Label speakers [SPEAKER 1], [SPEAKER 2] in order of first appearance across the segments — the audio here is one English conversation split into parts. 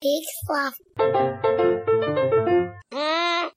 [SPEAKER 1] Big sloth. Ah.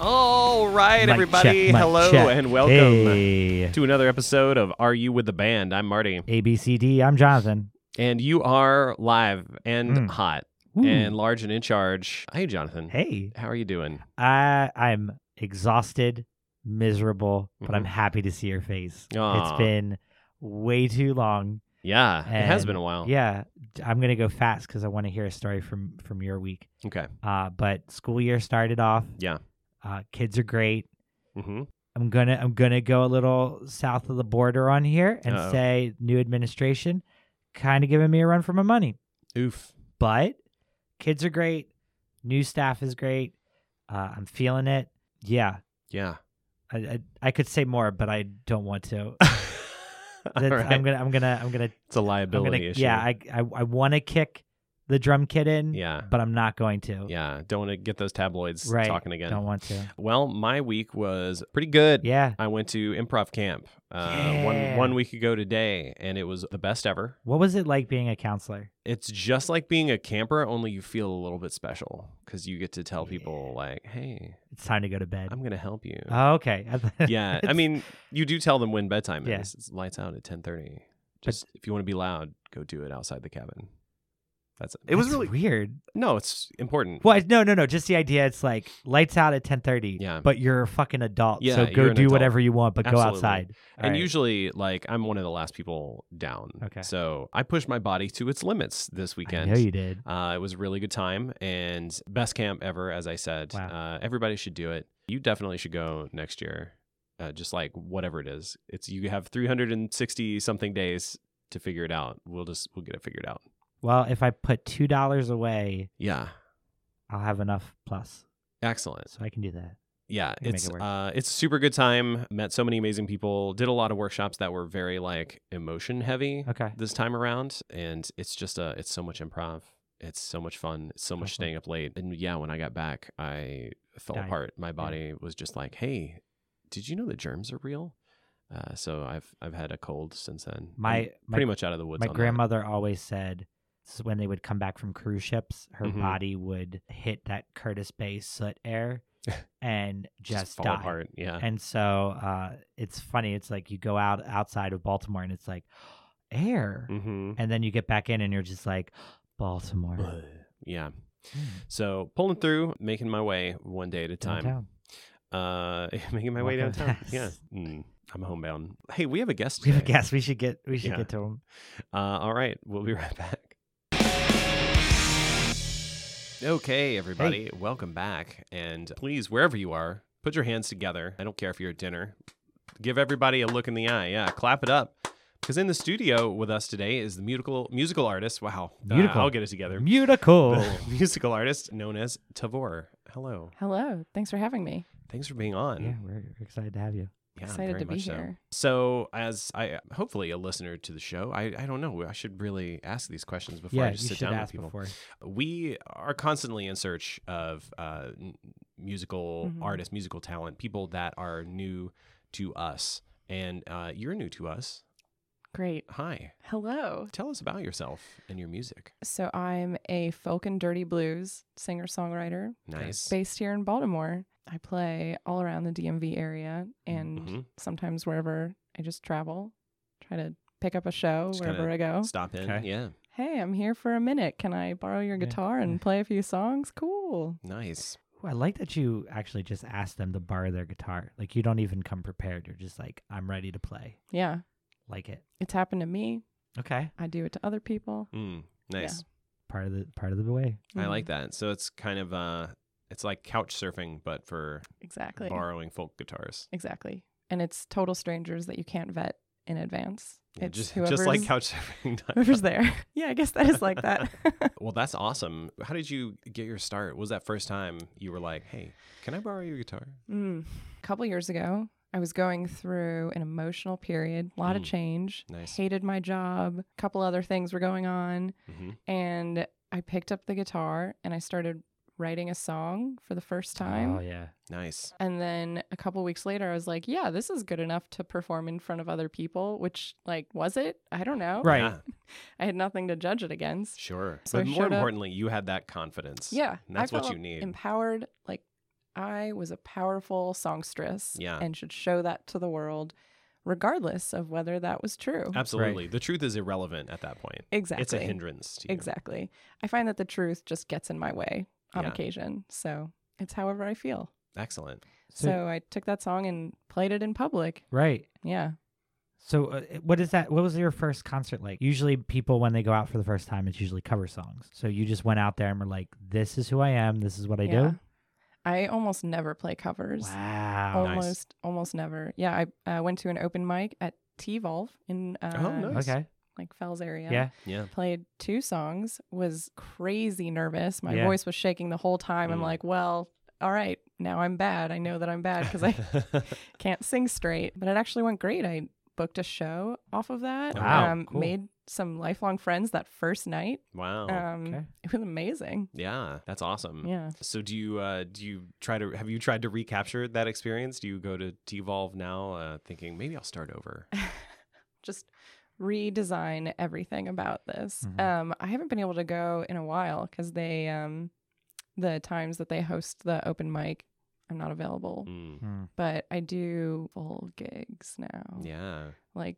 [SPEAKER 2] All right,
[SPEAKER 3] Mic
[SPEAKER 2] everybody.
[SPEAKER 3] check, mic
[SPEAKER 2] Hello
[SPEAKER 3] check.
[SPEAKER 2] and welcome
[SPEAKER 3] Hey.
[SPEAKER 2] to another episode of Are You With the Band? I'm Marty,
[SPEAKER 3] ABCD. I'm Jonathan.
[SPEAKER 2] and you are live and
[SPEAKER 3] Mm.
[SPEAKER 2] hot
[SPEAKER 3] Ooh.
[SPEAKER 2] and large and in charge. Hey, Jonathan.
[SPEAKER 3] hey,
[SPEAKER 2] How are you doing?
[SPEAKER 3] I I'm exhausted, miserable, but I'm
[SPEAKER 2] Mhm.
[SPEAKER 3] happy to see your face.
[SPEAKER 2] Aw.
[SPEAKER 3] It's been way too long.
[SPEAKER 2] Yeah, it has
[SPEAKER 3] and-
[SPEAKER 2] been a while.
[SPEAKER 3] Yeah, I'm gonna go fast because I want to hear a story from from your week.
[SPEAKER 2] Okay.
[SPEAKER 3] Uh, but school year started off.
[SPEAKER 2] Yeah.
[SPEAKER 3] Uh, kids are great.
[SPEAKER 2] hmm
[SPEAKER 3] I'm gonna I'm gonna go a little south of the border on here and
[SPEAKER 2] Uh-oh.
[SPEAKER 3] say new administration, kind of giving me a run for my money.
[SPEAKER 2] Oof.
[SPEAKER 3] but kids are great. New staff is great. Uh, I'm feeling it. Yeah,
[SPEAKER 2] Yeah.
[SPEAKER 3] I, I I could say more, but I don't want to.
[SPEAKER 2] All
[SPEAKER 3] That's-
[SPEAKER 2] right.
[SPEAKER 3] I'm gonna I'm gonna I'm gonna,
[SPEAKER 2] it's a
[SPEAKER 3] I'm
[SPEAKER 2] liability
[SPEAKER 3] gonna
[SPEAKER 2] issue.
[SPEAKER 3] yeah. I I, I want to kick the drum kit in.
[SPEAKER 2] Yeah.
[SPEAKER 3] but I'm not going to.
[SPEAKER 2] Yeah. Don't want to get those tabloids
[SPEAKER 3] Right.
[SPEAKER 2] talking again.
[SPEAKER 3] Don't want to.
[SPEAKER 2] Well, my week was pretty good.
[SPEAKER 3] Yeah.
[SPEAKER 2] I went to improv camp uh,
[SPEAKER 3] Yeah.
[SPEAKER 2] one one week ago today, and it was the best ever.
[SPEAKER 3] What was it like being a counselor?
[SPEAKER 2] it's just like being a camper only you feel a little bit special because you get to tell people like hey
[SPEAKER 3] It's time to go to bed.
[SPEAKER 2] i'm gonna help you
[SPEAKER 3] Oh, okay. I thought-
[SPEAKER 2] yeah i
[SPEAKER 3] it's-
[SPEAKER 2] mean you do tell them when bedtime
[SPEAKER 3] Yeah.
[SPEAKER 2] is it's lights out at ten thirty. just if you want to be loud go do it outside the cabin that's it it was
[SPEAKER 3] that's
[SPEAKER 2] really
[SPEAKER 3] weird.
[SPEAKER 2] no it's important
[SPEAKER 3] Well, I- no, no, no. Just the idea. It's like lights out at ten thirty.
[SPEAKER 2] Yeah.
[SPEAKER 3] But you're a fucking adult,
[SPEAKER 2] Yeah,
[SPEAKER 3] so
[SPEAKER 2] you're
[SPEAKER 3] go
[SPEAKER 2] an
[SPEAKER 3] do
[SPEAKER 2] adult.
[SPEAKER 3] whatever you want, but go
[SPEAKER 2] Absolutely.
[SPEAKER 3] outside. All
[SPEAKER 2] and
[SPEAKER 3] right.
[SPEAKER 2] usually like i'm one of the last people down
[SPEAKER 3] Okay.
[SPEAKER 2] so i pushed my body to its limits this
[SPEAKER 3] I
[SPEAKER 2] weekend
[SPEAKER 3] know you did.
[SPEAKER 2] Uh, it was a really good time and best camp ever, as I said.
[SPEAKER 3] Wow.
[SPEAKER 2] Uh, everybody should do it. You definitely should go next year. Uh, just like whatever it is, it's you have 360 something days to figure it out. We'll just we'll get it figured out.
[SPEAKER 3] Well, if I put two dollars away,
[SPEAKER 2] Yeah,
[SPEAKER 3] I'll have enough plus,
[SPEAKER 2] excellent.
[SPEAKER 3] so I can do that.
[SPEAKER 2] Yeah,
[SPEAKER 3] can make
[SPEAKER 2] it's
[SPEAKER 3] it work.
[SPEAKER 2] uh, it's a super good time. Met so many amazing people. Did a lot of workshops that were very like emotion heavy
[SPEAKER 3] Okay.
[SPEAKER 2] this time around, and it's just a it's so much improv. It's so much fun. It's so much
[SPEAKER 3] Awesome.
[SPEAKER 2] staying up late. And yeah, when I got back, I fell
[SPEAKER 3] Mm-hmm. Died.
[SPEAKER 2] apart. My body was just like, "Hey, did you know the germs are real?" Uh, so I've I've had a cold since then. I'm
[SPEAKER 3] My
[SPEAKER 2] pretty
[SPEAKER 3] my,
[SPEAKER 2] much out of the woods.
[SPEAKER 3] my
[SPEAKER 2] on that.
[SPEAKER 3] grandmother always said this is when they would come back from cruise ships, her
[SPEAKER 2] Mhm.
[SPEAKER 3] body would hit that Curtis Bay soot air and just,
[SPEAKER 2] fall
[SPEAKER 3] die.
[SPEAKER 2] apart. Yeah,
[SPEAKER 3] And so uh, it's funny. It's like you go out outside of Baltimore and it's like air,
[SPEAKER 2] mm-hmm.
[SPEAKER 3] and then you get back in and you're just like Baltimore.
[SPEAKER 2] yeah.
[SPEAKER 3] Hmm.
[SPEAKER 2] So pulling through, making my way one day at a time.
[SPEAKER 3] Downtown.
[SPEAKER 2] Uh, making my way
[SPEAKER 3] Walking
[SPEAKER 2] downtown. Yeah,
[SPEAKER 3] fast.
[SPEAKER 2] Mm. I'm homebound. Hey, we have a guest.
[SPEAKER 3] We have a
[SPEAKER 2] today.
[SPEAKER 3] guest. We should get we should
[SPEAKER 2] Yeah.
[SPEAKER 3] get to him.
[SPEAKER 2] Uh, all right, we'll be right back. Okay, everybody, welcome back. And please, wherever you are, put your hands together. I don't care if you're at dinner. Give everybody a look in the eye. Yeah, clap it up. Because in the studio with us today is the musical musical artist. Wow, Uh,
[SPEAKER 3] Musical.
[SPEAKER 2] I'll get it together.
[SPEAKER 3] Beautiful.
[SPEAKER 2] The musical artist known as Tavor. Hello.
[SPEAKER 4] Hello. Thanks for having me.
[SPEAKER 2] Thanks for being
[SPEAKER 3] Yeah,
[SPEAKER 2] on.
[SPEAKER 3] we're excited to have you.
[SPEAKER 2] Yeah,
[SPEAKER 4] Excited
[SPEAKER 2] very
[SPEAKER 4] to be
[SPEAKER 2] much so.
[SPEAKER 4] here.
[SPEAKER 2] So, as I hopefully a listener to the show, I, I don't know. I should really ask these questions before
[SPEAKER 3] yeah,
[SPEAKER 2] I just
[SPEAKER 3] you
[SPEAKER 2] sit
[SPEAKER 3] should
[SPEAKER 2] down
[SPEAKER 3] ask
[SPEAKER 2] with people.
[SPEAKER 3] before.
[SPEAKER 2] We are constantly in search of uh, n- musical
[SPEAKER 3] Mm-hmm.
[SPEAKER 4] Mhm.
[SPEAKER 2] artists, musical talent, people that are new to us. And uh, you're new to us.
[SPEAKER 4] Great.
[SPEAKER 2] Hi.
[SPEAKER 4] Hello.
[SPEAKER 2] Tell us about yourself and your music.
[SPEAKER 4] So I'm a folk and dirty blues singer songwriter
[SPEAKER 2] Nice.
[SPEAKER 4] based here in Baltimore. I play all around the DMV area and
[SPEAKER 2] Mhm.
[SPEAKER 4] sometimes wherever I just travel, try to pick up a show
[SPEAKER 2] Just
[SPEAKER 4] wherever
[SPEAKER 2] kinda
[SPEAKER 4] I go.
[SPEAKER 2] Stop in.
[SPEAKER 3] Oh, Okay.
[SPEAKER 2] Yeah.
[SPEAKER 4] Hey, I'm here for a minute. Can I borrow your
[SPEAKER 3] Yeah.
[SPEAKER 4] guitar and play a few songs? Cool.
[SPEAKER 2] Nice.
[SPEAKER 3] Ooh, I like that you actually just asked them to borrow their guitar. Like you don't even come prepared. You're just like, I'm ready to play.
[SPEAKER 4] Yeah.
[SPEAKER 3] Like it.
[SPEAKER 4] It's happened to me.
[SPEAKER 3] Okay.
[SPEAKER 4] I do it to other people.
[SPEAKER 2] Mm, nice.
[SPEAKER 3] Part of the part of the way.
[SPEAKER 2] I like that. So it's kind of uh, it's like couch surfing, but for
[SPEAKER 4] Mm-hmm. Exactly.
[SPEAKER 2] borrowing folk guitars.
[SPEAKER 4] Exactly. And it's total strangers that you can't vet in advance.
[SPEAKER 2] Yeah,
[SPEAKER 4] it's
[SPEAKER 2] just, just like
[SPEAKER 4] whoever's-
[SPEAKER 2] couch surfing.
[SPEAKER 4] whoever's there. yeah, I guess that is like that.
[SPEAKER 2] Well, that's awesome. How did you get your start? Was that first time you were like, "Hey, can I borrow your guitar?"
[SPEAKER 4] mm. A couple years ago, I was going through an emotional period, a lot of
[SPEAKER 2] Mm.
[SPEAKER 4] change.
[SPEAKER 2] Nice.
[SPEAKER 4] Hated my job. A couple other things were going on,
[SPEAKER 2] Mm-hmm.
[SPEAKER 4] and I picked up the guitar and I started writing a song for the first time.
[SPEAKER 3] Oh yeah.
[SPEAKER 2] Nice.
[SPEAKER 4] And then a couple weeks later, I was like, yeah, this is good enough to perform in front of other people, which, like, was it? I don't know.
[SPEAKER 3] Right.
[SPEAKER 2] Yeah,
[SPEAKER 4] I had nothing to judge it against.
[SPEAKER 2] sure.
[SPEAKER 4] So I
[SPEAKER 2] but more
[SPEAKER 4] showed up-
[SPEAKER 2] importantly, you had that confidence.
[SPEAKER 4] Yeah.
[SPEAKER 2] And that's
[SPEAKER 4] I
[SPEAKER 2] what
[SPEAKER 4] felt
[SPEAKER 2] you need.
[SPEAKER 4] Empowered. Like, I was a powerful songstress
[SPEAKER 2] Yeah.
[SPEAKER 4] and should show that to the world, regardless of whether that was true.
[SPEAKER 2] Absolutely. The truth is irrelevant at that point.
[SPEAKER 4] exactly.
[SPEAKER 2] It's a hindrance to you.
[SPEAKER 4] Exactly. I find that the truth just gets in my way on
[SPEAKER 2] Yeah.
[SPEAKER 4] occasion. So it's however I feel.
[SPEAKER 2] Excellent.
[SPEAKER 3] So-
[SPEAKER 4] So, I took that song and played it in public.
[SPEAKER 3] Right.
[SPEAKER 4] Yeah.
[SPEAKER 3] So uh, what is that? What was your first concert like? Usually, people when they go out for the first time, it's usually cover songs. So you just went out there and were like, "This is who I am. This is what I
[SPEAKER 4] yeah.
[SPEAKER 3] do."
[SPEAKER 4] I almost never play covers.
[SPEAKER 3] Wow.
[SPEAKER 2] nice.
[SPEAKER 4] Almost, almost never. Yeah. I uh, went to an open mic at T Volve in uh,
[SPEAKER 2] Oh, nice.
[SPEAKER 3] Okay.
[SPEAKER 4] like Fells area.
[SPEAKER 3] Yeah.
[SPEAKER 2] Yeah.
[SPEAKER 4] Played two songs, was crazy nervous. My
[SPEAKER 3] Yeah.
[SPEAKER 4] voice was shaking the whole time. I'm
[SPEAKER 2] Mm.
[SPEAKER 4] like, well, all right, now I'm bad. I know that I'm bad because I can't sing straight, but it actually went great. I booked a show off of that.
[SPEAKER 2] Wow,
[SPEAKER 4] um,
[SPEAKER 3] Oh, cool. Oh,
[SPEAKER 4] Made some lifelong friends that first night.
[SPEAKER 2] wow.
[SPEAKER 4] um,
[SPEAKER 3] okay. Mm.
[SPEAKER 4] It was amazing.
[SPEAKER 2] yeah. That's awesome.
[SPEAKER 4] Yeah.
[SPEAKER 2] So do you uh, do you try to have you tried to recapture that experience? Do you go to Devolve now, uh, thinking maybe I'll start over?
[SPEAKER 4] Just redesign everything about this.
[SPEAKER 3] Mhm.
[SPEAKER 4] Um, I haven't been able to go in a while because they, um, the times that they host the open mic, I'm not available.
[SPEAKER 2] Mm,
[SPEAKER 3] Hmm.
[SPEAKER 4] But I do full gigs now.
[SPEAKER 2] yeah.
[SPEAKER 4] Like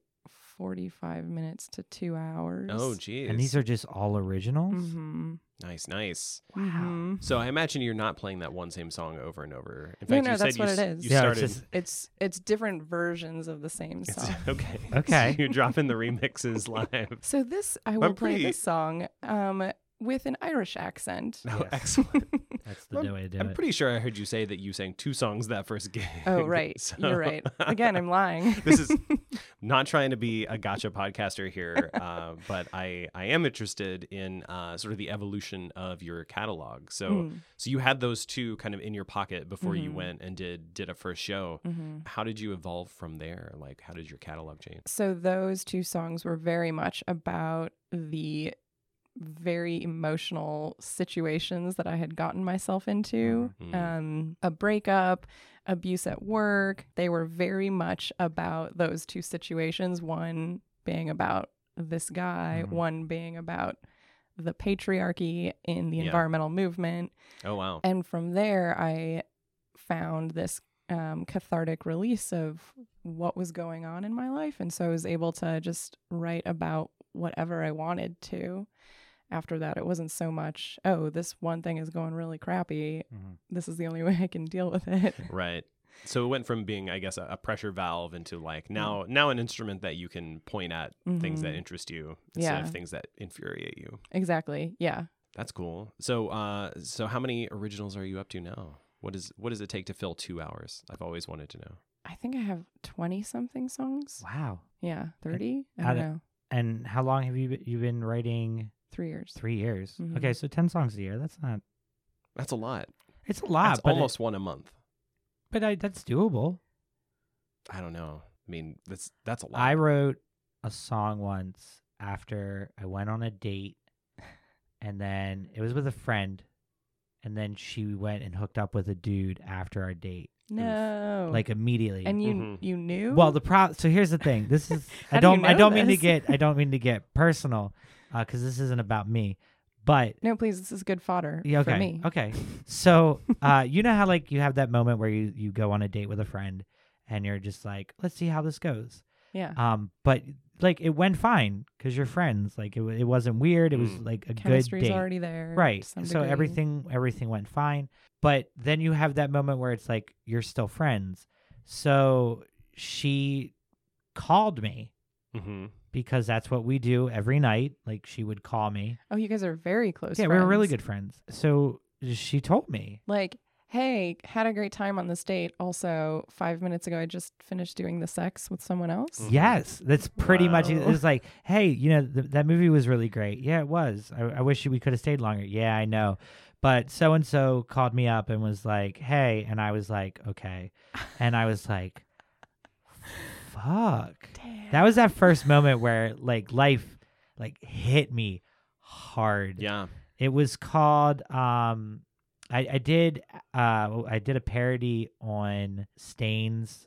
[SPEAKER 4] 45 minutes to two hours.
[SPEAKER 2] Oh, geez.
[SPEAKER 3] And these are just all originals.
[SPEAKER 4] hmm
[SPEAKER 2] nice, nice.
[SPEAKER 3] Wow.
[SPEAKER 4] Mm-hmm.
[SPEAKER 2] So I imagine you're not playing that one same song over and over. In
[SPEAKER 4] No,
[SPEAKER 2] fact,
[SPEAKER 4] no,
[SPEAKER 2] you
[SPEAKER 4] that's
[SPEAKER 2] said you,
[SPEAKER 4] what it
[SPEAKER 2] s-
[SPEAKER 4] is.
[SPEAKER 2] you
[SPEAKER 3] Yeah, it's
[SPEAKER 2] started.
[SPEAKER 3] just-
[SPEAKER 4] It's it's different versions of the same
[SPEAKER 2] it's-
[SPEAKER 4] song.
[SPEAKER 2] okay.
[SPEAKER 3] Okay.
[SPEAKER 2] So you're dropping the remixes live.
[SPEAKER 4] So this I will play
[SPEAKER 2] pretty-
[SPEAKER 4] this song um with an Irish accent.
[SPEAKER 2] No,
[SPEAKER 3] Yes.
[SPEAKER 2] Oh, excellent.
[SPEAKER 3] That's the way to do
[SPEAKER 2] I'm
[SPEAKER 3] it.
[SPEAKER 2] pretty sure I heard you say that you sang two songs that first gig.
[SPEAKER 4] Oh right.
[SPEAKER 2] So-
[SPEAKER 4] You're right. Again, I'm lying.
[SPEAKER 2] this is not trying to be a gotcha podcaster here, uh, but I I am interested in uh, sort of the evolution of your catalog. So
[SPEAKER 4] Mm,
[SPEAKER 2] so you had those two kind of in your pocket before you
[SPEAKER 4] Mhm.
[SPEAKER 2] went and did did a first show.
[SPEAKER 4] mhm.
[SPEAKER 2] How did you evolve from there? Like how did your catalog change?
[SPEAKER 4] So those two songs were very much about the very emotional situations that I had gotten myself into.
[SPEAKER 3] Uh,
[SPEAKER 2] Mhm.
[SPEAKER 4] Um, a breakup, abuse at work. They were very much about those two situations one being about this guy,
[SPEAKER 3] Mhm.
[SPEAKER 4] one being about the patriarchy in the
[SPEAKER 2] Yeah.
[SPEAKER 4] environmental movement.
[SPEAKER 2] Oh wow.
[SPEAKER 4] And from there, I found this um, cathartic release of what was going on in my life. And so I was able to just write about whatever I wanted to. After that, it wasn't so much, oh, this one thing is going really crappy.
[SPEAKER 3] Mhm.
[SPEAKER 4] This is the only way I can deal with it.
[SPEAKER 2] Right. So it went from being, I guess, a, a pressure valve into like now now an instrument that you can point at things that
[SPEAKER 3] Mm-hmm.
[SPEAKER 4] Mhm.
[SPEAKER 2] interest you instead
[SPEAKER 4] Yeah.
[SPEAKER 2] of things that infuriate you.
[SPEAKER 4] Exactly. Yeah.
[SPEAKER 2] That's cool. So, uh, so how many originals are you up to now? What is what does it take to fill two hours? I've always wanted to know.
[SPEAKER 4] I think I have 20 something songs.
[SPEAKER 3] Wow.
[SPEAKER 4] Yeah. 30? I
[SPEAKER 3] How
[SPEAKER 4] don't
[SPEAKER 3] did-
[SPEAKER 4] know.
[SPEAKER 3] And how long have you been, you been writing?
[SPEAKER 4] Three years.
[SPEAKER 3] Three years.
[SPEAKER 4] Mhm.
[SPEAKER 3] Okay, so ten songs a year. That's not.
[SPEAKER 2] That's a lot.
[SPEAKER 3] It's a lot,
[SPEAKER 2] That's
[SPEAKER 3] Ah, but it-
[SPEAKER 2] almost one a month.
[SPEAKER 3] but I, that's doable.
[SPEAKER 2] I don't know. I mean, that's that's a lot.
[SPEAKER 3] I wrote a song once after I went on a date, and then it was with a friend, and then she went and hooked up with a dude after our date,
[SPEAKER 4] No.
[SPEAKER 3] like immediately.
[SPEAKER 4] Oh. and you
[SPEAKER 2] Mhm.
[SPEAKER 4] you knew?
[SPEAKER 3] well, the pro. So here's the thing. This is I
[SPEAKER 4] How do you
[SPEAKER 3] don't I
[SPEAKER 4] know
[SPEAKER 3] don't mean to
[SPEAKER 4] this?
[SPEAKER 3] get I don't mean to get personal, because this isn't about me, but
[SPEAKER 4] no, please. This is good fodder
[SPEAKER 3] Yeah, okay.
[SPEAKER 4] for me.
[SPEAKER 3] Okay. So, uh, you know how like you have that moment where you you go on a date with a friend and you're just like, let's see how this goes.
[SPEAKER 4] Yeah.
[SPEAKER 3] Um, but like it went fine because you're friends. Like it wa- it wasn't weird. It was
[SPEAKER 2] Mm.
[SPEAKER 3] like a
[SPEAKER 4] Chemistry's
[SPEAKER 3] good date,
[SPEAKER 4] already there. to
[SPEAKER 3] right? So
[SPEAKER 4] some degree.
[SPEAKER 3] everything everything went fine. But then you have that moment where it's like you're still friends. So she called me
[SPEAKER 2] Mhm.
[SPEAKER 3] because that's what we do every night. Like she would call me.
[SPEAKER 4] Oh, you guys are very close.
[SPEAKER 3] yeah, we were really
[SPEAKER 4] friends.
[SPEAKER 3] good friends. So she told me
[SPEAKER 4] Like, hey, had a great time on this date. Also, five minutes ago, I just finished doing the sex with someone else.
[SPEAKER 3] Mm.
[SPEAKER 2] Mhm.
[SPEAKER 3] Yes, that's pretty much it. It
[SPEAKER 4] Wow.
[SPEAKER 3] was like, hey, you know, th- that movie was really great. Yeah, it was. I, I wish we could have stayed longer. Yeah, I know. But so and so called me up and was like, hey. And I was like, okay. And I was like, fuck.
[SPEAKER 4] Damn.
[SPEAKER 3] That was that first moment where like life like hit me hard.
[SPEAKER 2] Yeah.
[SPEAKER 3] It was called um I, I did uh I did a parody on Stain's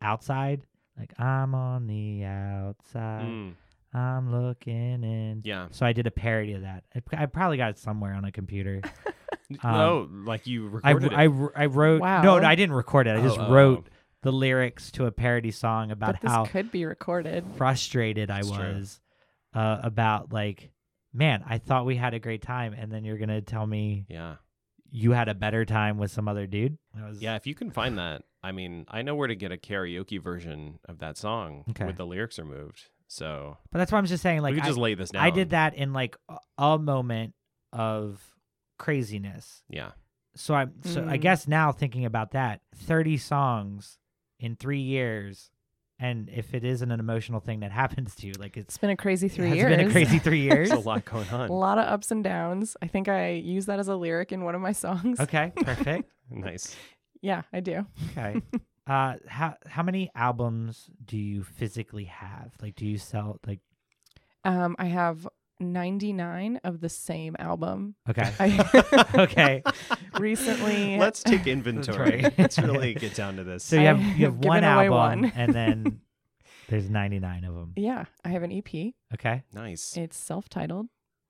[SPEAKER 3] outside. Like I'm on the outside.
[SPEAKER 2] Mm,
[SPEAKER 3] I'm looking in.
[SPEAKER 2] yeah.
[SPEAKER 3] So I did a parody of that. I, I probably got it somewhere on a computer.
[SPEAKER 2] no, Oh, like you
[SPEAKER 3] um, I,
[SPEAKER 2] recorded
[SPEAKER 3] I,
[SPEAKER 2] it.
[SPEAKER 3] I wrote
[SPEAKER 4] Wow.
[SPEAKER 3] no, no, I didn't record it. I just
[SPEAKER 2] Oh, oh,
[SPEAKER 3] wrote
[SPEAKER 2] oh.
[SPEAKER 3] the lyrics to a parody song about
[SPEAKER 4] but this
[SPEAKER 3] how
[SPEAKER 4] could be recorded.
[SPEAKER 3] frustrated I
[SPEAKER 2] It's true.
[SPEAKER 3] was uh, about like, man, I thought we had a great time, and then you're gonna tell me
[SPEAKER 2] Yeah.
[SPEAKER 3] you had a better time with some other dude. That was
[SPEAKER 2] Yeah, if you can find that, I mean, I know where to get a karaoke version of that song
[SPEAKER 3] Okay.
[SPEAKER 2] with the lyrics removed. So
[SPEAKER 3] But that's why I'm just saying, like,
[SPEAKER 2] we could
[SPEAKER 3] I,
[SPEAKER 2] just lay this down.
[SPEAKER 3] I did that in like a- a moment of craziness.
[SPEAKER 2] Yeah.
[SPEAKER 3] So I'm so I
[SPEAKER 4] Mm.
[SPEAKER 3] guess now thinking about that, 30 songs in three years, and if it isn't an emotional thing that happens to you, like it's
[SPEAKER 4] It's been a crazy three
[SPEAKER 3] has
[SPEAKER 4] years.
[SPEAKER 3] been a crazy three years.
[SPEAKER 2] There's a lot going
[SPEAKER 4] a
[SPEAKER 2] on.
[SPEAKER 4] lot of ups and downs. I think I use that as a lyric in one of my songs.
[SPEAKER 3] okay, perfect.
[SPEAKER 2] nice.
[SPEAKER 4] Yeah, I do.
[SPEAKER 3] Okay. Uh, how how many albums do you physically have? Like, do you sell? Like,
[SPEAKER 4] Um, I have 99 of the same album.
[SPEAKER 3] okay,
[SPEAKER 4] I
[SPEAKER 3] okay.
[SPEAKER 4] recently
[SPEAKER 2] Let's take inventory.
[SPEAKER 3] right.
[SPEAKER 2] Let's really get down to this.
[SPEAKER 3] So you have
[SPEAKER 4] I
[SPEAKER 3] you have
[SPEAKER 4] have
[SPEAKER 3] one
[SPEAKER 4] given away
[SPEAKER 3] album,
[SPEAKER 4] one.
[SPEAKER 3] and then there's 99 of them.
[SPEAKER 4] Yeah, I have an EP.
[SPEAKER 3] Okay,
[SPEAKER 2] nice.
[SPEAKER 4] It's self-titled,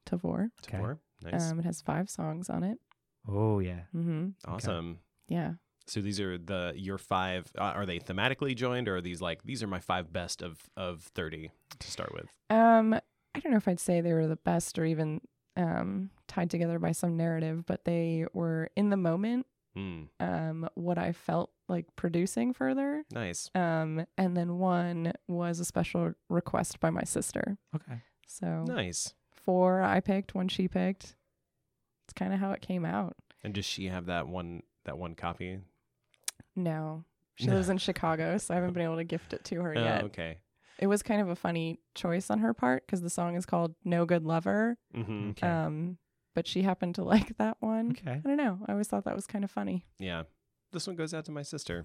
[SPEAKER 4] Tavor.
[SPEAKER 3] okay.
[SPEAKER 2] Tabor, Nice.
[SPEAKER 4] Um, it has five songs on it.
[SPEAKER 3] oh yeah,
[SPEAKER 4] hmm
[SPEAKER 2] awesome.
[SPEAKER 4] Yeah.
[SPEAKER 2] So these are the your five. Uh, are they thematically joined, or are these like these are my five best of of thirty to start with?
[SPEAKER 4] Um, I don't know if I'd say they were the best or even um, tied together by some narrative, but they were in the moment.
[SPEAKER 2] Mm,
[SPEAKER 4] Um, what I felt like producing further.
[SPEAKER 2] nice.
[SPEAKER 4] Um, and then one was a special request by my sister.
[SPEAKER 3] okay. Oh.
[SPEAKER 4] So
[SPEAKER 2] Nice.
[SPEAKER 4] four I picked, one she picked. It's kind of how it came out.
[SPEAKER 2] And does she have that one that one copy?
[SPEAKER 4] No, she lives in Chicago, so I haven't been able to gift it to her yet.
[SPEAKER 2] Oh, okay.
[SPEAKER 4] It was kind of a funny choice on her part because the song is called "No Good Lover,"
[SPEAKER 2] hmm
[SPEAKER 3] Okay.
[SPEAKER 4] um, but she happened to like that one.
[SPEAKER 3] okay.
[SPEAKER 4] I don't know. I always thought that was kind of funny.
[SPEAKER 2] Yeah. This one goes out to my sister.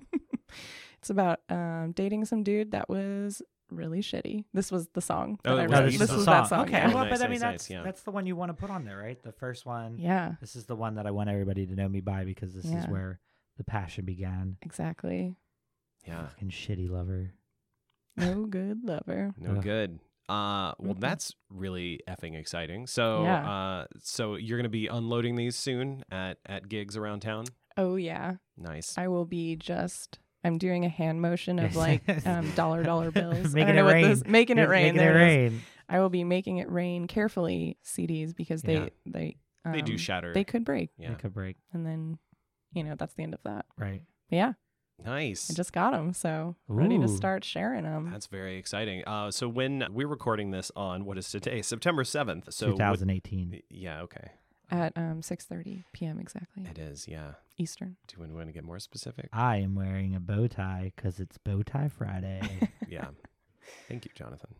[SPEAKER 4] It's about um, dating some dude that was really shitty. This was the song.
[SPEAKER 2] Oh,
[SPEAKER 4] That I
[SPEAKER 2] it
[SPEAKER 4] wrote.
[SPEAKER 2] was the
[SPEAKER 3] No,
[SPEAKER 4] this
[SPEAKER 2] song.
[SPEAKER 4] was that song.
[SPEAKER 3] Okay,
[SPEAKER 4] Yeah.
[SPEAKER 2] Oh,
[SPEAKER 3] well,
[SPEAKER 2] nice,
[SPEAKER 3] but I
[SPEAKER 2] nice,
[SPEAKER 3] mean
[SPEAKER 2] nice,
[SPEAKER 3] that's
[SPEAKER 2] yeah.
[SPEAKER 3] that's the one you want to put on there, right? The first one.
[SPEAKER 4] yeah,
[SPEAKER 3] This is the one that I want everybody to know me by because this is
[SPEAKER 4] Yeah.
[SPEAKER 3] where the passion began.
[SPEAKER 4] exactly.
[SPEAKER 2] Yeah.
[SPEAKER 3] Fucking shitty lover.
[SPEAKER 4] No good lover.
[SPEAKER 2] No
[SPEAKER 3] Ugh.
[SPEAKER 2] good. Uh, well,
[SPEAKER 4] Mm-mm.
[SPEAKER 2] that's really effing exciting. So,
[SPEAKER 4] Yeah.
[SPEAKER 2] uh, so you're gonna be unloading these soon at at gigs around town.
[SPEAKER 4] Oh yeah,
[SPEAKER 2] Nice.
[SPEAKER 4] I will be just. I'm doing a hand motion of like um, dollar dollar bills. I
[SPEAKER 3] Making
[SPEAKER 4] don't
[SPEAKER 3] it
[SPEAKER 4] know what
[SPEAKER 3] rain.
[SPEAKER 4] this- making it
[SPEAKER 3] You're
[SPEAKER 4] rain.
[SPEAKER 3] Making it
[SPEAKER 4] there it is.
[SPEAKER 3] rain.
[SPEAKER 4] I will be making it rain carefully CDs because they
[SPEAKER 2] Yeah.
[SPEAKER 4] they
[SPEAKER 2] they do
[SPEAKER 4] um,
[SPEAKER 2] shatter.
[SPEAKER 4] They could break,
[SPEAKER 2] yeah.
[SPEAKER 3] Make a break.
[SPEAKER 4] and then you know that's the end of that.
[SPEAKER 3] Right.
[SPEAKER 4] But yeah,
[SPEAKER 2] Nice.
[SPEAKER 4] I just um, got them, so ready
[SPEAKER 3] Ooh.
[SPEAKER 4] to start sharing them.
[SPEAKER 2] That's very exciting. Uh, so when we're recording this on what is today, September seventh. So what-
[SPEAKER 3] 2018.
[SPEAKER 2] yeah. Okay.
[SPEAKER 4] at um 6:30 p.m. exactly
[SPEAKER 2] It is. Yeah.
[SPEAKER 4] Eastern.
[SPEAKER 2] Do we want to get more specific?
[SPEAKER 3] I am wearing a bow tie because it's Bow Tie Friday.
[SPEAKER 2] yeah. Thank you, Jonathan.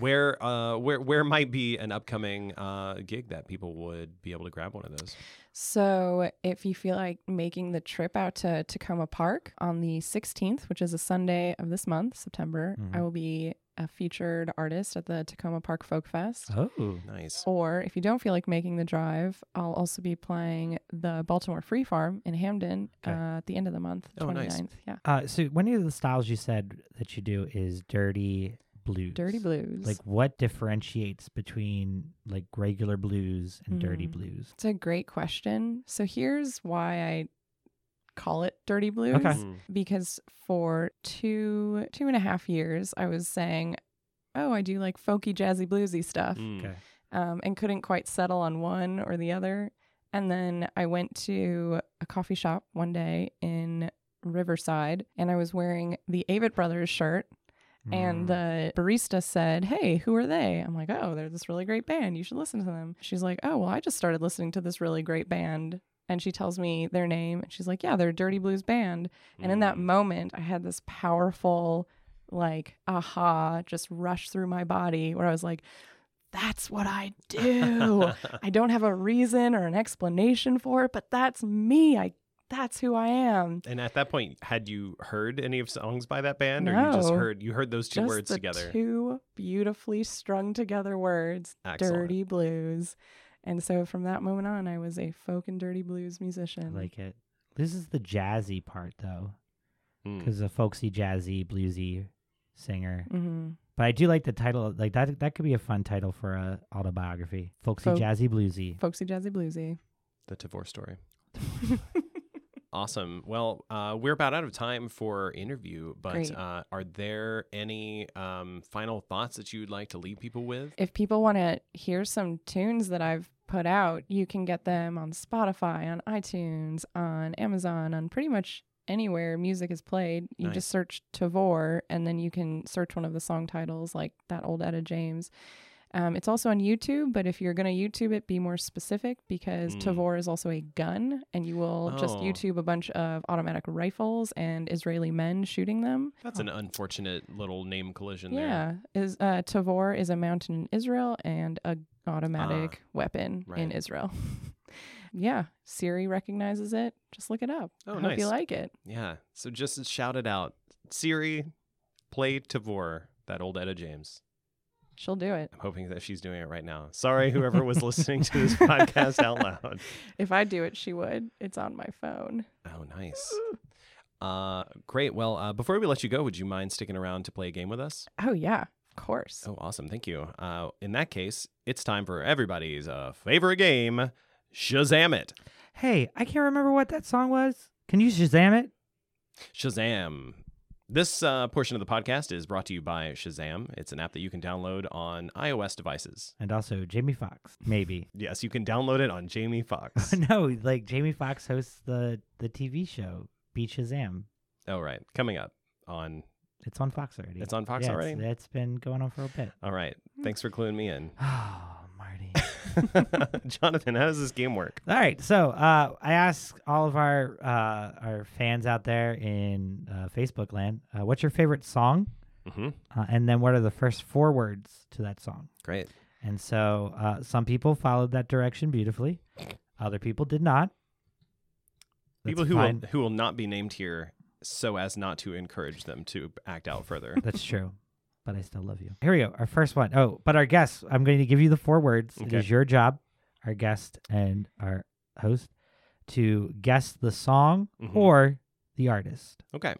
[SPEAKER 2] Where uh where where might be an upcoming uh gig that people would be able to grab one of those?
[SPEAKER 4] So, if you feel like making the trip out to Tacoma Park on the 16th, which is a Sunday of this month, September,
[SPEAKER 3] Mhm.
[SPEAKER 4] I will be a featured artist at the Tacoma Park Folk Fest.
[SPEAKER 3] oh.
[SPEAKER 2] Nice.
[SPEAKER 4] Or if you don't feel like making the drive, I'll also be playing the Baltimore Free Farm in Hamden
[SPEAKER 3] Okay.
[SPEAKER 4] uh, at the end of the month,
[SPEAKER 2] Oh,
[SPEAKER 4] 29th.
[SPEAKER 2] nice.
[SPEAKER 4] Yeah.
[SPEAKER 3] Uh, so one of the styles you said that you do is dirty blues.
[SPEAKER 4] Dirty Blues.
[SPEAKER 3] Like what differentiates between like regular blues and dirty
[SPEAKER 4] Mhm.
[SPEAKER 3] blues?
[SPEAKER 4] it's a great question. So here's why I call it Dirty Blues.
[SPEAKER 3] Okay.
[SPEAKER 2] Mm.
[SPEAKER 4] because for two two and a half years I was saying, "Oh, I do like folky, jazzy, bluesy stuff,"
[SPEAKER 2] Mm.
[SPEAKER 3] Okay.
[SPEAKER 4] um, and couldn't quite settle on one or the other. And then I went to a coffee shop one day in Riverside, and I was wearing the Avett Brothers shirt,
[SPEAKER 3] Mm.
[SPEAKER 4] and the barista said, Hey, who are they? I'm like, Oh, they're this really great band. You should listen to them. She's like, Oh, well, I just started listening to this really great band. And she tells me their name. And she's like, Yeah, they're a Dirty Blues Band. And in that
[SPEAKER 2] Mm.
[SPEAKER 4] moment, I had this powerful, like, aha, just rush through my body where I was like, That's what I do. I don't have a reason or an explanation for it, but that's me. I that's who I am.
[SPEAKER 2] And at that point, had you heard any of songs by that band, or you just
[SPEAKER 4] No.
[SPEAKER 2] heard you heard those two
[SPEAKER 4] just
[SPEAKER 2] words
[SPEAKER 4] the
[SPEAKER 2] together?
[SPEAKER 4] Two beautifully strung together words.
[SPEAKER 2] Excellent.
[SPEAKER 4] dirty blues And so from that moment on, I was a folk and dirty blues
[SPEAKER 3] I
[SPEAKER 4] musician.
[SPEAKER 3] like it. This is the jazzy part though,
[SPEAKER 2] Mm.
[SPEAKER 3] because a folksy, jazzy, bluesy singer.
[SPEAKER 4] hmm
[SPEAKER 3] But I do like the title. Like that. That could be a fun title for a autobiography. Folksy,
[SPEAKER 4] Folk-
[SPEAKER 3] jazzy, bluesy.
[SPEAKER 4] folksy, jazzy, bluesy.
[SPEAKER 2] The divorce story. Awesome. Well, uh, we're about out of time for our interview, but
[SPEAKER 4] Great.
[SPEAKER 2] uh, are there any um, final thoughts that you'd like to leave people with?
[SPEAKER 4] if people want to hear some tunes that I've put out, you can get them on Spotify, on iTunes, on Amazon, on pretty much anywhere music is played. You
[SPEAKER 2] Nice.
[SPEAKER 4] just search Tavor and then you can search one of the song titles like that old Etta James. Um, it's also on YouTube, but if you're going to YouTube it, be more specific because
[SPEAKER 2] Mm.
[SPEAKER 4] Tavor is also a gun and you will just
[SPEAKER 2] Oh.
[SPEAKER 4] YouTube a bunch of automatic rifles and Israeli men shooting them.
[SPEAKER 2] That's an unfortunate little name collision there.
[SPEAKER 4] Oh. Yeah, is uh, Tavor is a mountain in Israel and a automatic weapon
[SPEAKER 2] Ah, right.
[SPEAKER 4] in Israel. yeah, Siri recognizes it. Just look it up.
[SPEAKER 2] Oh,
[SPEAKER 4] I hope
[SPEAKER 2] nice.
[SPEAKER 4] you like it.
[SPEAKER 2] Yeah. So just shout it out. Siri, play Tavor, that old Etta James.
[SPEAKER 4] She'll do it.
[SPEAKER 2] I'm hoping that she's doing it right now. Sorry, whoever was listening to this podcast out loud.
[SPEAKER 4] If I do it, she would. It's on my phone.
[SPEAKER 2] Oh, nice. Uh, great. Well, uh, before we let you go, would you mind sticking around to play a game with us?
[SPEAKER 4] Oh yeah, of course.
[SPEAKER 2] Oh, awesome. Thank you. Uh, in that case, it's time for everybody's uh, favorite game, Shazam It.
[SPEAKER 3] Hey, I can't remember what that song was. Can you Shazam it?
[SPEAKER 2] Shazam. This uh, portion of the podcast is brought to you by Shazam. It's an app that you can download on iOS devices.
[SPEAKER 3] And also Jamie Foxx, maybe.
[SPEAKER 2] Yes, you can download it on Jamie Foxx.
[SPEAKER 3] no, like Jamie Foxx hosts the the TV show Be Shazam.
[SPEAKER 2] oh, right. Coming up on.
[SPEAKER 3] It's on Fox already.
[SPEAKER 2] It's on Fox
[SPEAKER 3] Yeah, it's- Hmm.
[SPEAKER 2] already?
[SPEAKER 3] That's been going on for a bit.
[SPEAKER 2] All right. Thanks for cluing me in.
[SPEAKER 3] Oh, Marty.
[SPEAKER 2] Jonathan, how does this game work?
[SPEAKER 3] All right, so uh, I ask all of our uh, our fans out there in uh, Facebook land, uh, what's your favorite song,
[SPEAKER 2] Mm-hmm.
[SPEAKER 3] uh, and then what are the first four words to that song?
[SPEAKER 2] Great.
[SPEAKER 3] And so uh, some people followed that direction beautifully, other people did not. That's
[SPEAKER 2] People who will,
[SPEAKER 3] fine.
[SPEAKER 2] who will not be named here so as not to encourage them to act out further.
[SPEAKER 3] that's true, but I still love you. Here we go, our first one. Oh, but our guest, I'm going to give you the four words. It
[SPEAKER 2] Okay.
[SPEAKER 3] is your job, our guest and our host, to guess the song
[SPEAKER 2] Mhm.
[SPEAKER 3] or the artist.
[SPEAKER 2] Okay.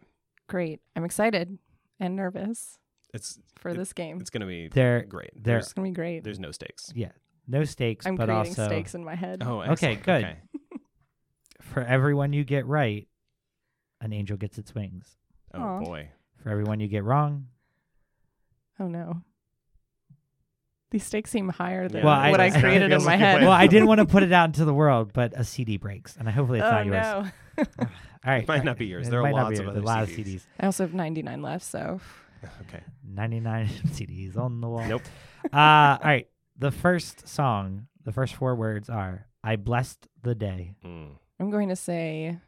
[SPEAKER 4] Great. I'm excited and nervous
[SPEAKER 2] It's
[SPEAKER 4] for
[SPEAKER 2] It-
[SPEAKER 4] this game.
[SPEAKER 2] it's going to be
[SPEAKER 3] They're-
[SPEAKER 2] great.
[SPEAKER 3] they're-
[SPEAKER 2] there's,
[SPEAKER 4] It's gonna be great.
[SPEAKER 2] there's no stakes.
[SPEAKER 3] Yeah. No stakes,
[SPEAKER 4] I'm
[SPEAKER 3] but
[SPEAKER 4] creating
[SPEAKER 3] also
[SPEAKER 4] stakes in my head.
[SPEAKER 2] Oh,
[SPEAKER 3] Okay,
[SPEAKER 2] excellent.
[SPEAKER 3] good. for everyone you get right, an angel gets its wings.
[SPEAKER 2] Oh,
[SPEAKER 4] Aw.
[SPEAKER 2] boy.
[SPEAKER 3] For everyone you get wrong,
[SPEAKER 4] Oh no. These stakes seem higher than
[SPEAKER 2] Yeah,
[SPEAKER 3] Well, I-
[SPEAKER 4] what I,
[SPEAKER 3] it
[SPEAKER 4] created in
[SPEAKER 2] feels
[SPEAKER 4] my
[SPEAKER 2] like it
[SPEAKER 4] head.
[SPEAKER 2] went-
[SPEAKER 3] well, I didn't want to put it out into the world, but a CD breaks, and I hopefully it's
[SPEAKER 4] oh
[SPEAKER 3] not yours.
[SPEAKER 4] no.
[SPEAKER 3] All right,
[SPEAKER 2] It might not be yours.
[SPEAKER 3] It
[SPEAKER 2] There are
[SPEAKER 3] might not
[SPEAKER 2] lots
[SPEAKER 3] be
[SPEAKER 2] of
[SPEAKER 3] yours.
[SPEAKER 2] other
[SPEAKER 3] There are a lot
[SPEAKER 2] CDs.
[SPEAKER 3] of CDs.
[SPEAKER 4] I also have 99 left, so
[SPEAKER 2] Okay.
[SPEAKER 3] Ninety-nine CDs on the wall.
[SPEAKER 2] Nope.
[SPEAKER 3] Uh, all right. The first song, the first four words are "I blessed the day."
[SPEAKER 2] Mm.
[SPEAKER 4] I'm going to say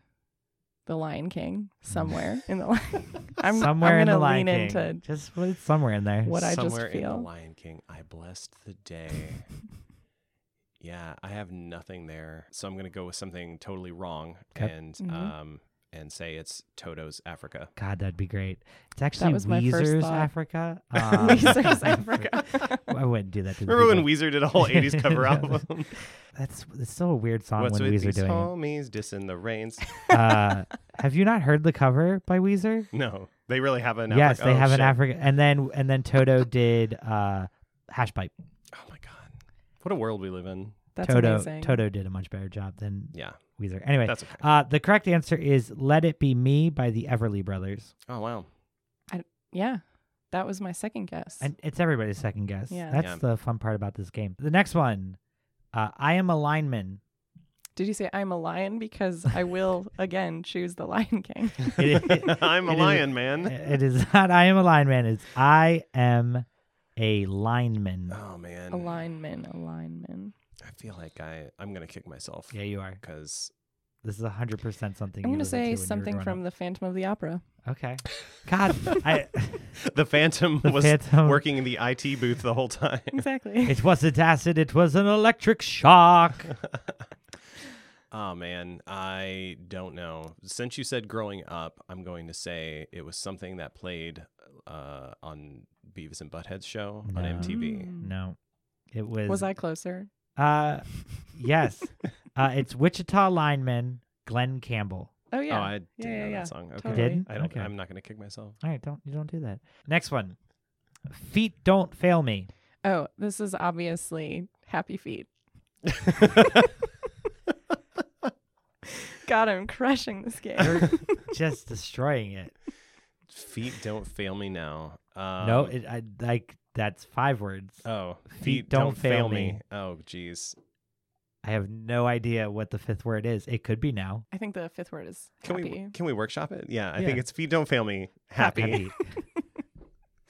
[SPEAKER 4] The Lion King somewhere in the Lion. I'm
[SPEAKER 3] somewhere
[SPEAKER 4] I'm
[SPEAKER 3] in the
[SPEAKER 4] gonna
[SPEAKER 3] Lion
[SPEAKER 4] lean
[SPEAKER 3] King.
[SPEAKER 4] into
[SPEAKER 3] Just put it somewhere in there.
[SPEAKER 4] What I just
[SPEAKER 2] Somewhere in the
[SPEAKER 4] feel.
[SPEAKER 2] Lion King, I blessed the day. yeah, I have nothing there, so I'm going to go with something totally wrong
[SPEAKER 3] Okay. Mm-hmm.
[SPEAKER 2] and
[SPEAKER 4] Mhm.
[SPEAKER 2] um and say it's Toto's Africa.
[SPEAKER 3] God, that'd be great. It's actually
[SPEAKER 4] was my first
[SPEAKER 3] Weezer's
[SPEAKER 4] thought.
[SPEAKER 3] Africa.
[SPEAKER 4] Research
[SPEAKER 3] Um,
[SPEAKER 4] Africa.
[SPEAKER 3] I wouldn't do that. To the
[SPEAKER 2] Remember when
[SPEAKER 3] people.
[SPEAKER 2] Weezer did a whole 80s cover album?
[SPEAKER 3] That's it's still a weird song
[SPEAKER 2] What's
[SPEAKER 3] when
[SPEAKER 2] with
[SPEAKER 3] Weezer
[SPEAKER 2] these
[SPEAKER 3] doing. it.
[SPEAKER 2] homies dissing the rains?
[SPEAKER 3] Uh, have you not heard the cover by Weezer?
[SPEAKER 2] No, they really have an
[SPEAKER 3] yes,
[SPEAKER 2] Africa.
[SPEAKER 3] they
[SPEAKER 2] oh,
[SPEAKER 3] have
[SPEAKER 2] shit.
[SPEAKER 3] an Africa, and then and then Toto did uh, Hash Pipe.
[SPEAKER 2] Oh my god, what a world we live in.
[SPEAKER 4] That's
[SPEAKER 3] Toto
[SPEAKER 4] amazing.
[SPEAKER 3] Toto did a much better job than
[SPEAKER 2] Yeah,
[SPEAKER 3] Weezer. Anyway,
[SPEAKER 2] that's okay.
[SPEAKER 3] uh, the correct answer is "Let It Be Me" by the Everly Brothers,
[SPEAKER 2] Oh wow,
[SPEAKER 4] Yeah. That was my second guess.
[SPEAKER 3] and it's everybody's second guess.
[SPEAKER 4] Yeah.
[SPEAKER 3] That's
[SPEAKER 2] Yeah.
[SPEAKER 3] the fun part about this game. The next one, uh, "I Am a Lineman."
[SPEAKER 4] Did you say I'm a lion because I will again choose The Lion King?
[SPEAKER 3] It-
[SPEAKER 2] I'm a
[SPEAKER 3] it is-
[SPEAKER 2] lion, man.
[SPEAKER 3] it is not I am a lineman. It's I am a lineman.
[SPEAKER 2] Oh man,
[SPEAKER 4] Alignment, alignment.
[SPEAKER 2] I feel like I I'm gonna kick myself
[SPEAKER 3] Yeah, you are.
[SPEAKER 2] because
[SPEAKER 3] This is hundred percent something.
[SPEAKER 4] I'm
[SPEAKER 3] going to
[SPEAKER 4] say something from The Phantom of the Opera.
[SPEAKER 3] the. Okay. God, I,
[SPEAKER 2] the Phantom
[SPEAKER 3] the
[SPEAKER 2] was
[SPEAKER 3] Phantom.
[SPEAKER 2] working in the IT booth the whole time.
[SPEAKER 4] Exactly.
[SPEAKER 3] It wasn't acid. It was an electric shock.
[SPEAKER 2] oh man, I don't know. Since you said growing up, I'm going to say it was something that played uh, on Beavis and Butthead's show
[SPEAKER 3] No.
[SPEAKER 2] on MTV.
[SPEAKER 4] Mm.
[SPEAKER 3] No, it was.
[SPEAKER 4] Was I closer?
[SPEAKER 3] Uh, yes. uh, it's Wichita lineman Glenn Campbell.
[SPEAKER 4] Oh yeah.
[SPEAKER 2] Oh, I didn't
[SPEAKER 4] Yeah,
[SPEAKER 2] know
[SPEAKER 4] yeah,
[SPEAKER 2] that
[SPEAKER 4] yeah.
[SPEAKER 2] song. Okay.
[SPEAKER 4] Totally.
[SPEAKER 3] You didn't?
[SPEAKER 2] I don't.
[SPEAKER 3] Okay.
[SPEAKER 2] I'm not gonna kick myself.
[SPEAKER 3] All right, don't you don't do that. Next one. Feet don't fail me.
[SPEAKER 4] oh, this is obviously Happy Feet. God, I'm crushing this game.
[SPEAKER 3] You're just destroying it.
[SPEAKER 2] feet don't fail me now. Um,
[SPEAKER 3] no, it, I like that's five words.
[SPEAKER 2] oh,
[SPEAKER 3] feet don't fail me.
[SPEAKER 2] Oh, geez.
[SPEAKER 3] I have no idea what the fifth word is. It could be now.
[SPEAKER 4] I think the fifth word is
[SPEAKER 2] Can
[SPEAKER 4] happy.
[SPEAKER 2] we can we workshop it? Yeah, I
[SPEAKER 3] Yeah.
[SPEAKER 2] think it's feet don't fail me. Happy.
[SPEAKER 3] Happy.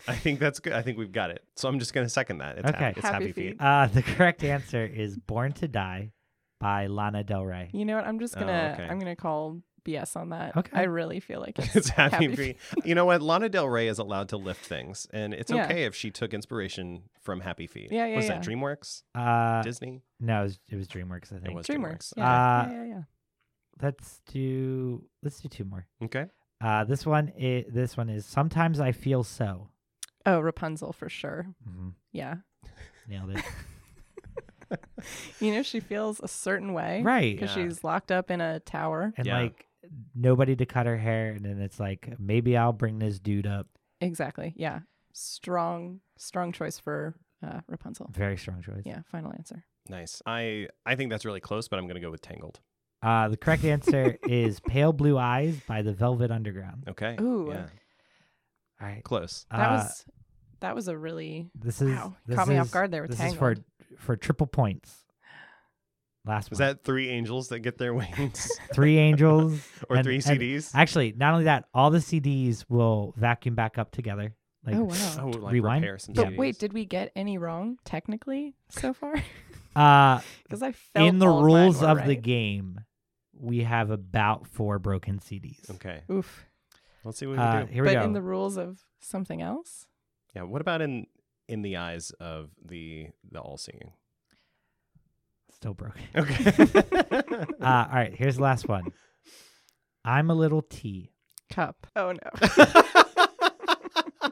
[SPEAKER 2] I think that's good. I think we've got it. So I'm just gonna second that. It's
[SPEAKER 3] Okay.
[SPEAKER 2] happy. It's happy,
[SPEAKER 4] Happy
[SPEAKER 2] feet.
[SPEAKER 4] Feet.
[SPEAKER 3] Uh, the correct answer is "Born to Die" by Lana Del Rey.
[SPEAKER 4] You know what? I'm just
[SPEAKER 2] Oh,
[SPEAKER 4] gonna
[SPEAKER 2] okay.
[SPEAKER 4] I'm gonna call BS on that.
[SPEAKER 3] Okay.
[SPEAKER 4] I really feel like it's,
[SPEAKER 2] It's happy,
[SPEAKER 4] Happy
[SPEAKER 2] feet. You know what? Lana Del Rey is allowed to lift things, and it's
[SPEAKER 4] Yeah.
[SPEAKER 2] okay if she took inspiration from Happy Feet.
[SPEAKER 4] Yeah, yeah,
[SPEAKER 2] Was
[SPEAKER 4] yeah.
[SPEAKER 2] that DreamWorks?
[SPEAKER 3] Uh,
[SPEAKER 2] Disney?
[SPEAKER 3] no, it was, it was DreamWorks. I think.
[SPEAKER 2] was
[SPEAKER 4] DreamWorks.
[SPEAKER 2] DreamWorks.
[SPEAKER 4] Yeah.
[SPEAKER 3] Uh,
[SPEAKER 4] yeah, yeah, yeah.
[SPEAKER 3] Let's do let's do two more.
[SPEAKER 2] Okay.
[SPEAKER 3] Uh, this one is this one is sometimes I feel so.
[SPEAKER 4] Oh, Rapunzel for sure.
[SPEAKER 3] hmm
[SPEAKER 4] Yeah.
[SPEAKER 3] Nailed it.
[SPEAKER 4] You know, she feels a certain way.
[SPEAKER 3] right.
[SPEAKER 4] Because
[SPEAKER 2] Yeah.
[SPEAKER 4] she's locked up in a tower.
[SPEAKER 3] And
[SPEAKER 2] Yeah.
[SPEAKER 3] like nobody to cut her hair, and then it's like maybe I'll bring this dude up.
[SPEAKER 4] Exactly. Yeah. Strong, strong choice for uh, Rapunzel.
[SPEAKER 3] Very strong choice.
[SPEAKER 4] Yeah. Final answer.
[SPEAKER 2] Nice. I I think that's really close, but I'm gonna go with Tangled.
[SPEAKER 3] Uh, the correct answer is "Pale Blue Eyes" by the Velvet Underground.
[SPEAKER 2] Okay.
[SPEAKER 4] Ooh.
[SPEAKER 2] Yeah.
[SPEAKER 3] All right.
[SPEAKER 2] Close.
[SPEAKER 4] That
[SPEAKER 3] Uh,
[SPEAKER 4] was that was a really
[SPEAKER 3] This is
[SPEAKER 4] wow.
[SPEAKER 3] this
[SPEAKER 4] Caught me off
[SPEAKER 3] is-
[SPEAKER 4] guard there with
[SPEAKER 3] This
[SPEAKER 4] Tangled.
[SPEAKER 3] is for for triple points. Last
[SPEAKER 2] Was
[SPEAKER 3] one.
[SPEAKER 2] that three angels that get their wings,
[SPEAKER 3] three angels
[SPEAKER 2] or
[SPEAKER 3] and-
[SPEAKER 2] three
[SPEAKER 3] and
[SPEAKER 2] CDs?
[SPEAKER 3] Actually, not only that, all the CDs will vacuum back up together. Like,
[SPEAKER 4] Oh wow.
[SPEAKER 2] oh, like
[SPEAKER 3] rewind?
[SPEAKER 2] repair some
[SPEAKER 4] But
[SPEAKER 2] CDs.
[SPEAKER 4] wait, did we get any wrong technically so far?
[SPEAKER 3] uh,
[SPEAKER 4] Because I felt
[SPEAKER 3] in the
[SPEAKER 4] all of mine
[SPEAKER 3] rules
[SPEAKER 4] were
[SPEAKER 3] of the
[SPEAKER 4] right.
[SPEAKER 3] game, we have about four broken CDs.
[SPEAKER 2] Okay.
[SPEAKER 4] Oof.
[SPEAKER 2] Let's see what we
[SPEAKER 3] Uh,
[SPEAKER 2] do.
[SPEAKER 3] here we
[SPEAKER 4] But
[SPEAKER 3] go.
[SPEAKER 4] in the rules of something else,
[SPEAKER 2] Yeah. What about in in the eyes of the the all seeing?
[SPEAKER 3] Still broken.
[SPEAKER 2] Okay.
[SPEAKER 3] Uh, all right, here's the last one. I'm a little T.
[SPEAKER 4] cup. Oh no.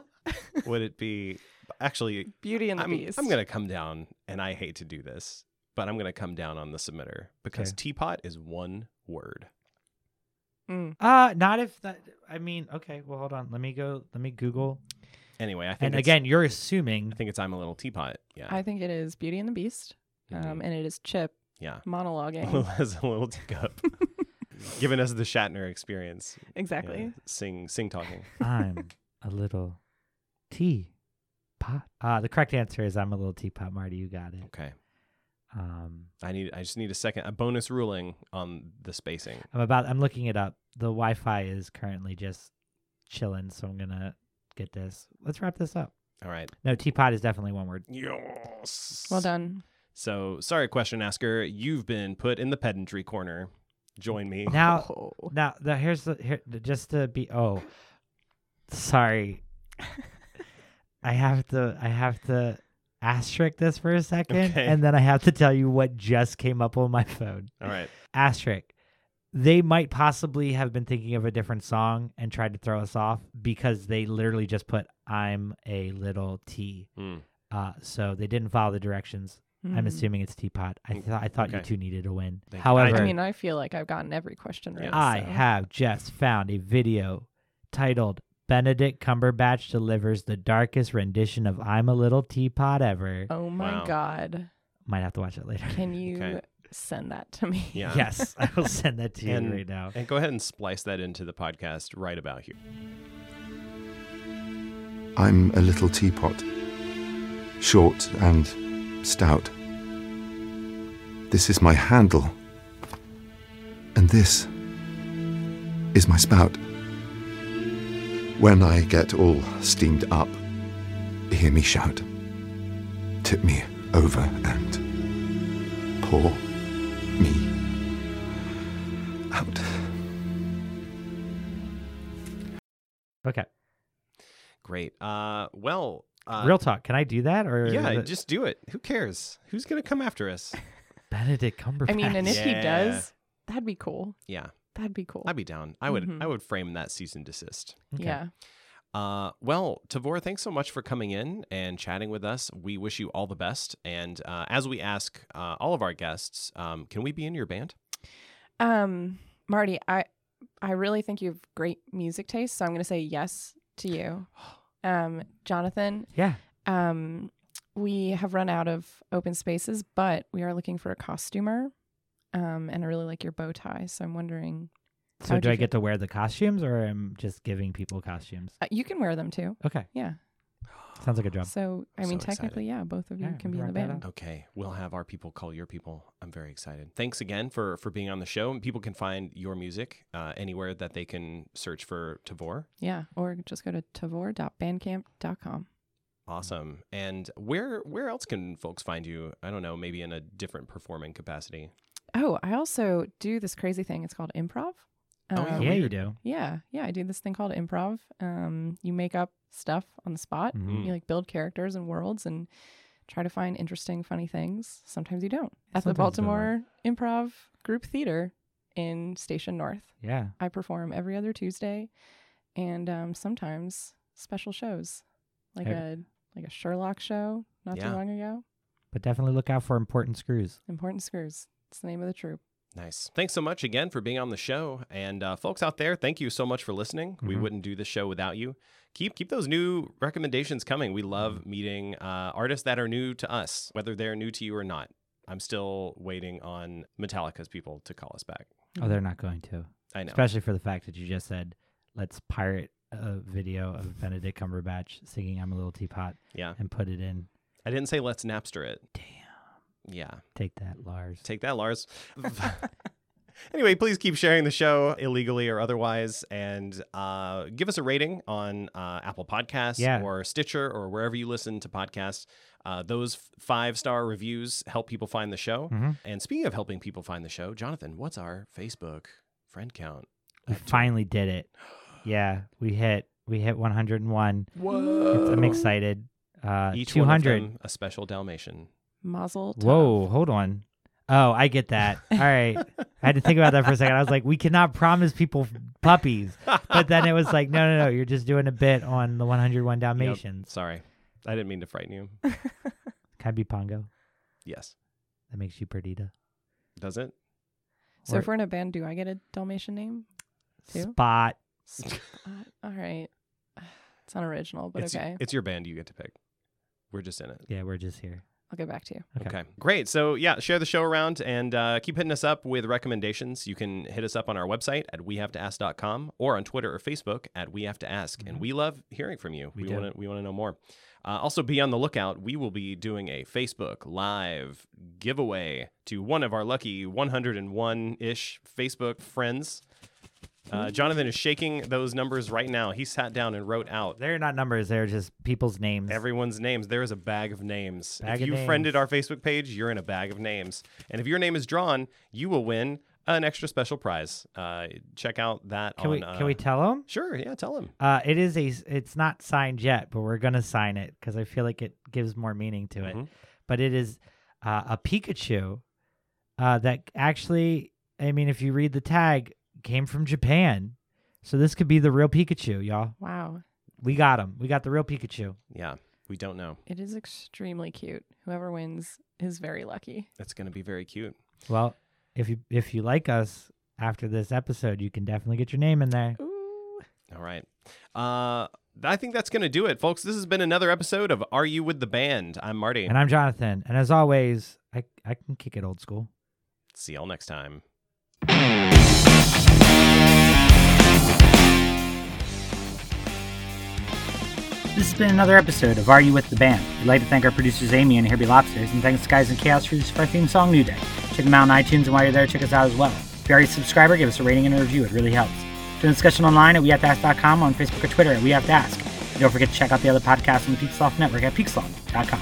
[SPEAKER 2] Would it be actually?
[SPEAKER 4] Beauty and the
[SPEAKER 2] I'm,
[SPEAKER 4] Beast.
[SPEAKER 2] I'm gonna come down, and I hate to do this, but I'm gonna come down on the submitter because
[SPEAKER 3] Okay.
[SPEAKER 2] teapot is one word.
[SPEAKER 4] Mm.
[SPEAKER 3] Uh, not if that. I mean, okay. Well, hold on. Let me go. Let me Google.
[SPEAKER 2] Anyway, I think
[SPEAKER 3] And
[SPEAKER 2] it's-
[SPEAKER 3] again, you're assuming
[SPEAKER 2] I think it's I'm a little teapot. Yeah.
[SPEAKER 4] I think it is Beauty and the Beast.
[SPEAKER 2] Mhm.
[SPEAKER 4] Um, and it is Chip
[SPEAKER 2] yeah.
[SPEAKER 4] monologuing.
[SPEAKER 2] As a little teacup, giving us the Shatner experience. Yeah,
[SPEAKER 4] exactly.
[SPEAKER 2] Sing, sing, talking.
[SPEAKER 3] I'm a little teapot. Uh, the correct answer is I'm a little teapot, Marty. You got it.
[SPEAKER 2] Okay.
[SPEAKER 3] Um,
[SPEAKER 2] I need. I just need a second. A bonus ruling on the spacing.
[SPEAKER 3] I'm about. I'm looking it up. The Wi-Fi is currently just chilling, so I'm gonna get this. Let's wrap this up.
[SPEAKER 2] All right.
[SPEAKER 3] No, teapot is definitely one word.
[SPEAKER 2] Yes.
[SPEAKER 4] Well done.
[SPEAKER 2] So sorry, question asker. You've been put in the pedantry corner. Join me.
[SPEAKER 3] Now,
[SPEAKER 4] Oh.
[SPEAKER 3] now, the, here's the here, the- just to be. Oh, sorry. I have to. I have to asterisk this for a second,
[SPEAKER 2] Okay.
[SPEAKER 3] and then I have to tell you what just came up on my phone.
[SPEAKER 2] All right.
[SPEAKER 3] asterisk they might possibly have been thinking of a different song and tried to throw us off because they literally just put i'm a little t
[SPEAKER 2] Mm.
[SPEAKER 3] uh, so they didn't follow the directions i'm
[SPEAKER 4] Mm.
[SPEAKER 3] assuming it's teapot i,
[SPEAKER 2] Mm,
[SPEAKER 3] th- I thought you
[SPEAKER 2] okay.
[SPEAKER 3] two needed a win
[SPEAKER 2] Thank you.
[SPEAKER 3] however
[SPEAKER 4] I
[SPEAKER 3] I,
[SPEAKER 4] mean, I feel like I've gotten every question right. so.
[SPEAKER 3] have just found a video titled benedict cumberbatch delivers the darkest rendition of i'm a little teapot ever
[SPEAKER 4] Oh my
[SPEAKER 2] Wow.
[SPEAKER 4] god.
[SPEAKER 3] might have to watch it later
[SPEAKER 4] Can you
[SPEAKER 2] Okay.
[SPEAKER 4] send that to me?
[SPEAKER 2] Yeah.
[SPEAKER 3] yes i will send that to you
[SPEAKER 2] And-
[SPEAKER 3] right now
[SPEAKER 2] And go ahead and splice that into the podcast right about here.
[SPEAKER 1] I'm a little teapot, short and stout. This is my handle, and this is my spout. When I get all steamed up, hear me shout. Tip me over and pour me out.
[SPEAKER 3] okay
[SPEAKER 2] Great. Uh, well. Uh,
[SPEAKER 3] real talk uh, can i do that or
[SPEAKER 2] Yeah.
[SPEAKER 3] is it-
[SPEAKER 2] Just do it. Who cares? Who's gonna come after us?
[SPEAKER 3] Benedict Cumberbatch.
[SPEAKER 4] I mean, and if he
[SPEAKER 2] Yeah.
[SPEAKER 4] does, that'd be cool.
[SPEAKER 2] Yeah.
[SPEAKER 4] That'd be cool.
[SPEAKER 2] I'd be down. I would.
[SPEAKER 4] Mhm.
[SPEAKER 2] I would frame that cease and desist.
[SPEAKER 3] Okay.
[SPEAKER 4] Yeah.
[SPEAKER 2] Uh, well, Tavor, thanks so much for coming in and chatting with us. We wish you all the best. And uh, as we ask uh, all of our guests, um, can we be in your band?
[SPEAKER 4] Um, Marty, I I really think you have great music taste, so I'm going to say yes to you. Um, Jonathan,
[SPEAKER 3] Yeah.
[SPEAKER 4] um, we have run out of open spaces, but we are looking for a costumer. Um, and I really like your bow tie, so I'm wondering
[SPEAKER 3] So
[SPEAKER 4] How'd
[SPEAKER 3] do
[SPEAKER 4] you
[SPEAKER 3] I
[SPEAKER 4] feel-
[SPEAKER 3] get to wear the costumes or am just giving people costumes?
[SPEAKER 4] uh, you can wear them too.
[SPEAKER 3] Okay.
[SPEAKER 4] Yeah.
[SPEAKER 3] Sounds like a job.
[SPEAKER 4] So I
[SPEAKER 2] So
[SPEAKER 4] mean,
[SPEAKER 2] excited.
[SPEAKER 4] technically, yeah, both of you
[SPEAKER 3] Yeah,
[SPEAKER 4] can
[SPEAKER 3] we
[SPEAKER 4] be in the
[SPEAKER 3] wrap that
[SPEAKER 4] band.
[SPEAKER 3] up.
[SPEAKER 2] Okay, we'll have our people call your people. I'm very excited. Thanks again for for being on the show. And people can find your music uh, anywhere that they can search for Tavor.
[SPEAKER 4] Yeah, or just go to tavor.bandcamp.com.
[SPEAKER 2] Awesome. And where where else can folks find you? I don't know, maybe in a different performing capacity.
[SPEAKER 4] Oh, I also do this crazy thing. It's called improv. Uh,
[SPEAKER 2] Oh, yeah.
[SPEAKER 3] yeah, you do.
[SPEAKER 4] Yeah, yeah, I do this thing called improv. Um, you make up stuff on the spot.
[SPEAKER 3] Mhm.
[SPEAKER 4] You like build characters and worlds and try to find interesting, funny things. Sometimes you don't. At the
[SPEAKER 3] Sometimes it don't
[SPEAKER 4] Baltimore Improv Group Theater in Station North,
[SPEAKER 3] Yeah.
[SPEAKER 4] I perform every other Tuesday, and um, sometimes special shows, like
[SPEAKER 3] Hey.
[SPEAKER 4] a like a Sherlock show not
[SPEAKER 2] Yeah.
[SPEAKER 4] too long ago.
[SPEAKER 3] But definitely look out for important screws.
[SPEAKER 4] Important Screws. It's the name of the troupe.
[SPEAKER 2] Nice. Thanks so much again for being on the show, and uh, folks out there, thank you so much for listening. We
[SPEAKER 3] Mhm.
[SPEAKER 2] wouldn't do this show without you. Keep keep those new recommendations coming. We love meeting uh, artists that are new to us, whether they're new to you or not. I'm still waiting on Metallica's people to call us back.
[SPEAKER 3] Oh, they're not going to.
[SPEAKER 2] I know.
[SPEAKER 3] Especially for the fact that you just said, let's pirate a video of Benedict Cumberbatch singing I'm a Little Teapot
[SPEAKER 2] yeah,
[SPEAKER 3] and put it in.
[SPEAKER 2] I didn't say let's Napster it.
[SPEAKER 3] Damn.
[SPEAKER 2] Yeah.
[SPEAKER 3] Take that, Lars.
[SPEAKER 2] Take that, Lars. anyway, please keep sharing the show illegally or otherwise, and uh, give us a rating on uh, Apple Podcasts
[SPEAKER 3] Yeah.
[SPEAKER 2] or Stitcher or wherever you listen to podcasts. Uh, those five star reviews help people find the show.
[SPEAKER 3] Mhm.
[SPEAKER 2] And speaking of helping people find the show, Jonathan, what's our Facebook friend count?
[SPEAKER 3] We finally did it. Yeah, we hit we hit 101.
[SPEAKER 2] Whoa!
[SPEAKER 3] I'm excited. Uh,
[SPEAKER 2] Each
[SPEAKER 3] 200.
[SPEAKER 2] one of them a special Dalmatian.
[SPEAKER 4] Mazel. tov.
[SPEAKER 3] Whoa, hold on. Oh, I get that. All right. I had to think about that for a second. I was like, we cannot promise people puppies. But then it was like, no, no, no. You're just doing a bit on the 101 Dalmatians.
[SPEAKER 2] Sorry, I didn't mean to frighten you.
[SPEAKER 3] Can I be Pongo?
[SPEAKER 2] yes,
[SPEAKER 3] That makes you Perdita.
[SPEAKER 2] does it?
[SPEAKER 4] So if
[SPEAKER 3] Or
[SPEAKER 4] we're in a band, do I get a Dalmatian name? two?
[SPEAKER 3] Spot.
[SPEAKER 4] Uh, all right. It's unoriginal, but
[SPEAKER 2] it's,
[SPEAKER 4] okay.
[SPEAKER 2] It's your band. You get to pick. We're just in it.
[SPEAKER 3] Yeah, we're just here.
[SPEAKER 4] I'll get back to you.
[SPEAKER 3] Okay.
[SPEAKER 2] Okay. Great. So, yeah, share the show around and uh, keep hitting us up with recommendations. You can hit us up on our website at wehavetoask.com or on Twitter or Facebook at we have to ask. And
[SPEAKER 3] Mhm.
[SPEAKER 2] we love hearing from you.
[SPEAKER 3] We
[SPEAKER 2] We
[SPEAKER 3] do.
[SPEAKER 2] want to we want to know more. Uh, also, be on the lookout. We will be doing a Facebook live giveaway to one of our lucky 101 ish Facebook friends. Uh, Jonathan is shaking those numbers right now. He sat down and wrote out
[SPEAKER 3] They're not numbers. They're just people's names.
[SPEAKER 2] Everyone's names. There is a bag of names. if
[SPEAKER 3] Bag of
[SPEAKER 2] you friended
[SPEAKER 3] names.
[SPEAKER 2] our Facebook page, you're in a bag of names. And if your name is drawn, you will win an extra special prize. Uh, check out that
[SPEAKER 3] can
[SPEAKER 2] on.
[SPEAKER 3] we
[SPEAKER 2] uh,
[SPEAKER 3] can we tell them?
[SPEAKER 2] Sure. Yeah. Tell him.
[SPEAKER 3] Uh, it is a. s- It's not signed yet, but we're gonna sign it because I feel like it gives more meaning to it.
[SPEAKER 2] Mhm.
[SPEAKER 3] But it is uh, a Pikachu uh, that actually, I mean, if you read the tag, came from Japan. So this could be the real Pikachu, y'all.
[SPEAKER 4] Wow.
[SPEAKER 3] We got him. We got the real Pikachu.
[SPEAKER 2] Yeah. We don't know.
[SPEAKER 4] It is extremely cute. Whoever wins is very lucky.
[SPEAKER 2] That's going to be very cute.
[SPEAKER 3] Well, if you if you like us after this episode, you can definitely get your name in there.
[SPEAKER 4] Ooh.
[SPEAKER 2] All right. Uh, I think that's going to do it, folks. This has been another episode of Are You With the Band? I'm Marty.
[SPEAKER 3] And I'm Jonathan. And as always, I I can kick it old school.
[SPEAKER 2] See y'all next time.
[SPEAKER 5] This has been another episode of Are You With The Band. We'd like to thank our producers Amy and Herbie Lobsters, and thanks to Guys in Chaos Roots for our theme song New Day. Check them out on iTunes, and while you're there, check us out as well. If you're already a subscriber, give us a rating and a review. It really helps. Join the discussion online at WeHaveToAsk.com, on Facebook or Twitter at We Have to Ask. And don't forget to check out the other podcasts on the Peaksloft Network at Peaksloft.com.